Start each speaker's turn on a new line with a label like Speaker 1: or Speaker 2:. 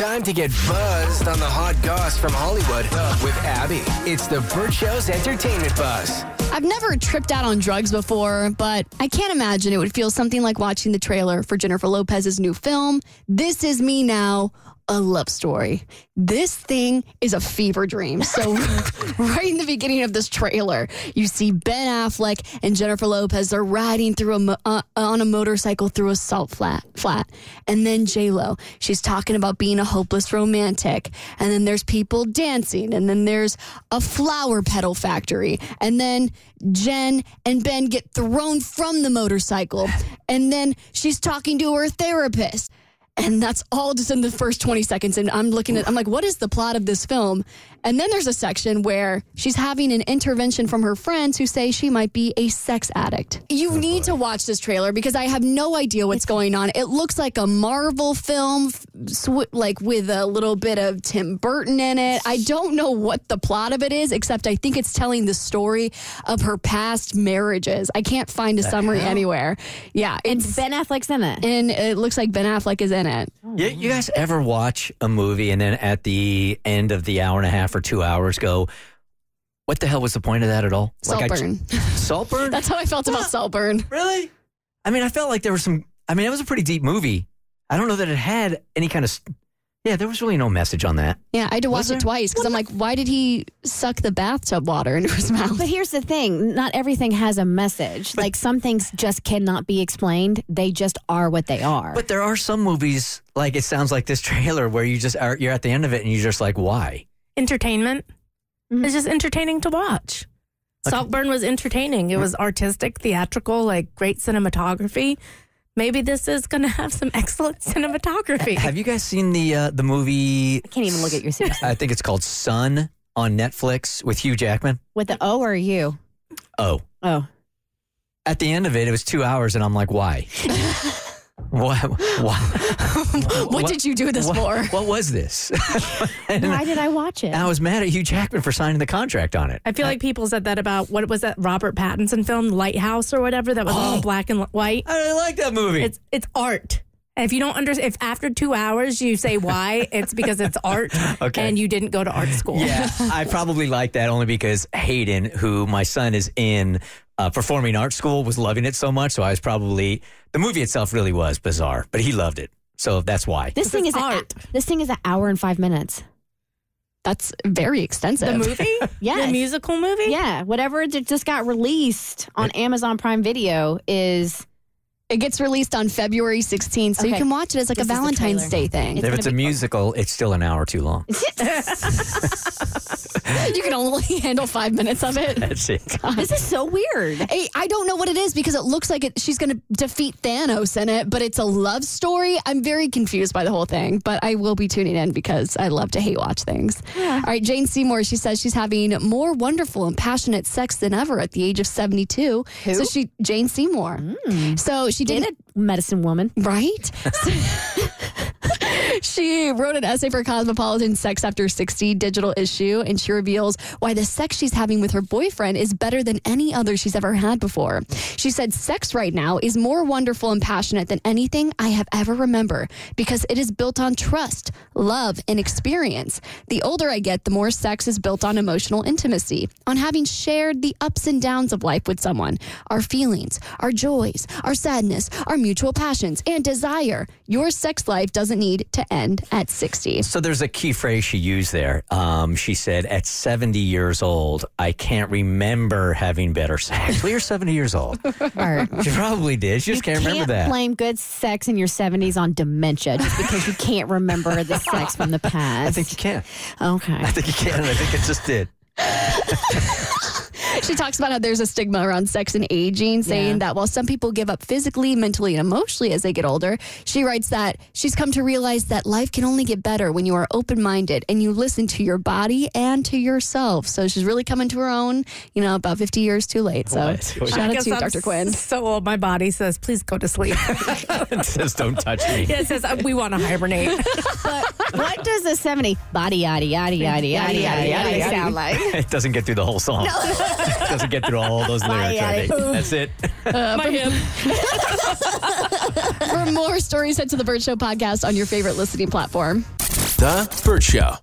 Speaker 1: Time to get buzzed on the hot goss from Hollywood with Abby. It's the Burt Show's entertainment buzz.
Speaker 2: I've never tripped out on drugs before, but I can't imagine it would feel something like watching the trailer for Jennifer Lopez's new film, This Is Me Now. A love story. This thing is a fever dream. So, right in the beginning of this trailer, you see Ben Affleck and Jennifer Lopez are riding through a mo- uh, on a motorcycle through a salt flat, flat, and then J Lo. She's talking about being a hopeless romantic, and then there's people dancing, and then there's a flower petal factory, and then Jen and Ben get thrown from the motorcycle, and then she's talking to her therapist. And that's all just in the first 20 seconds. And I'm looking at, I'm like, what is the plot of this film? And then there's a section where she's having an intervention from her friends who say she might be a sex addict. You need to watch this trailer because I have no idea what's going on. It looks like a Marvel film, f- sw- like with a little bit of Tim Burton in it. I don't know what the plot of it is, except I think it's telling the story of her past marriages. I can't find a summary anywhere. Yeah. It's,
Speaker 3: Ben Affleck's in it.
Speaker 2: and it looks like Ben Affleck is in it.
Speaker 4: You, you guys ever watch a movie and then at the end of the hour and a half or two hours go, what the hell was the point of that at all? I j-
Speaker 2: Saltburn.
Speaker 4: Saltburn?
Speaker 2: That's how I felt about Saltburn.
Speaker 4: really? I mean, I felt like there was some. I mean, it was a pretty deep movie. I don't know that it had any kind of. s- Yeah, there was really no message on that.
Speaker 2: Yeah, I had to watch
Speaker 4: there?
Speaker 2: it twice because I'm like, why did he suck the bathtub water into his mouth?
Speaker 3: But here's the thing not everything has a message. like some things just cannot be explained. They just are what they are.
Speaker 4: But there are some movies like it sounds like this trailer where you just are you're at the end of it and you're just like, why?
Speaker 5: entertainment.
Speaker 3: Mhm.
Speaker 5: It's just entertaining to watch. Saltburn was entertaining. It was artistic, theatrical, like great cinematography. Maybe this is going to have some excellent cinematography.
Speaker 4: Have you guys seen the uh, the movie?
Speaker 3: I can't even look at your series.
Speaker 4: I think it's called Sun on Netflix with Hugh Jackman.
Speaker 3: With the O or you?
Speaker 4: Oh,
Speaker 3: Oh.
Speaker 4: at the end of it, it was two hours, and I'm like, why? why? Why?
Speaker 2: what, did you do this
Speaker 4: what,
Speaker 2: for?
Speaker 4: What was this? and
Speaker 3: Why did I watch it?
Speaker 4: I was mad at Hugh Jackman for signing the contract on it.
Speaker 5: I feel like people said that about what was that Robert Pattinson film, Lighthouse or whatever, that was all black and white.
Speaker 4: I really like that movie.
Speaker 5: It's it's art. And If you don't understand, if after two hours you say why, it's because it's art
Speaker 4: Okay.
Speaker 5: and you didn't go to art school.
Speaker 4: yeah, I probably like that only because Hayden, who my son is in uh, performing arts school, was loving it so much. So I was probably the movie itself really was bizarre, but he loved it. So that's why.
Speaker 3: this thing is
Speaker 5: it's
Speaker 3: an-
Speaker 5: art.
Speaker 3: this thing is an hour and five minutes.
Speaker 2: That's very extensive.
Speaker 5: The movie?
Speaker 3: Yes.
Speaker 5: The musical movie?
Speaker 3: Yeah, whatever that just got released on Amazon Prime Video is
Speaker 2: It gets released on February 16th, so you
Speaker 3: Okay.
Speaker 2: can watch it as like
Speaker 3: This
Speaker 2: a
Speaker 3: is the
Speaker 2: Valentine's
Speaker 3: trailer.
Speaker 2: Day thing.
Speaker 4: if
Speaker 3: It's gonna
Speaker 4: it's a
Speaker 3: be-
Speaker 4: musical, it's still an hour too long.
Speaker 2: you can only handle five minutes of it.
Speaker 4: That's it.
Speaker 3: this is so weird.
Speaker 2: Hey, I don't know what it is because it looks like it, she's going to defeat Thanos in it, but it's a love story. I'm very confused by the whole thing, but I will be tuning in because I love to hate watch things. All right, Jane Seymour, she says she's having more wonderful and passionate sex than ever at the age of 72. So she, Jane Seymour. So she did
Speaker 3: Did a medicine woman.
Speaker 2: Right? she wrote an essay for Cosmopolitan Sex After 60 digital issue, and she reveals why the sex she's having with her boyfriend is better than any other she's ever had before. She said, Sex right now is more wonderful and passionate than anything I have ever remember because it is built on trust, love, and experience. The older I get, the more sex is built on emotional intimacy, on having shared the ups and downs of life with someone, our feelings, our joys, our sadness, our mutual passions, and desire. Your sex life doesn't need to end at 60.
Speaker 4: So there's a key phrase she used there. Um, she said, "At 70 years old, I can't remember having better sex." Well, you're 70 years old.
Speaker 3: Or-
Speaker 4: She probably did. She just
Speaker 3: you
Speaker 4: can't remember that.
Speaker 3: blame good sex in your 70s on dementia just because you can't remember the sex from the past.
Speaker 4: I think you can.
Speaker 3: okay.
Speaker 4: I think you can. I think it just did.
Speaker 2: she talks about how there's a stigma around sex and aging, saying that while some people give up physically, mentally, and emotionally as they get older, she writes that she's come to realize that life can only get better when you are open minded and you listen to your body and to yourself. So she's really coming to her own, you know, about 50 years too late. So
Speaker 4: What?
Speaker 2: shout out
Speaker 5: guess
Speaker 2: to you,
Speaker 5: I'm
Speaker 2: Dr. Quinn.
Speaker 5: So old, my body says, please go to sleep.
Speaker 4: It says don't touch me.
Speaker 5: it says, uh, we want to hibernate.
Speaker 3: what does the 70 body yaddy yaddy yaddy yaddy yaddy yaddy sound like?
Speaker 4: It doesn't get through the whole song. it doesn't get through all those lyrics. I think. That's it.
Speaker 5: my hip.
Speaker 2: For more stories, head to the Bird Show podcast on your favorite listening platform.
Speaker 6: The Burt Show.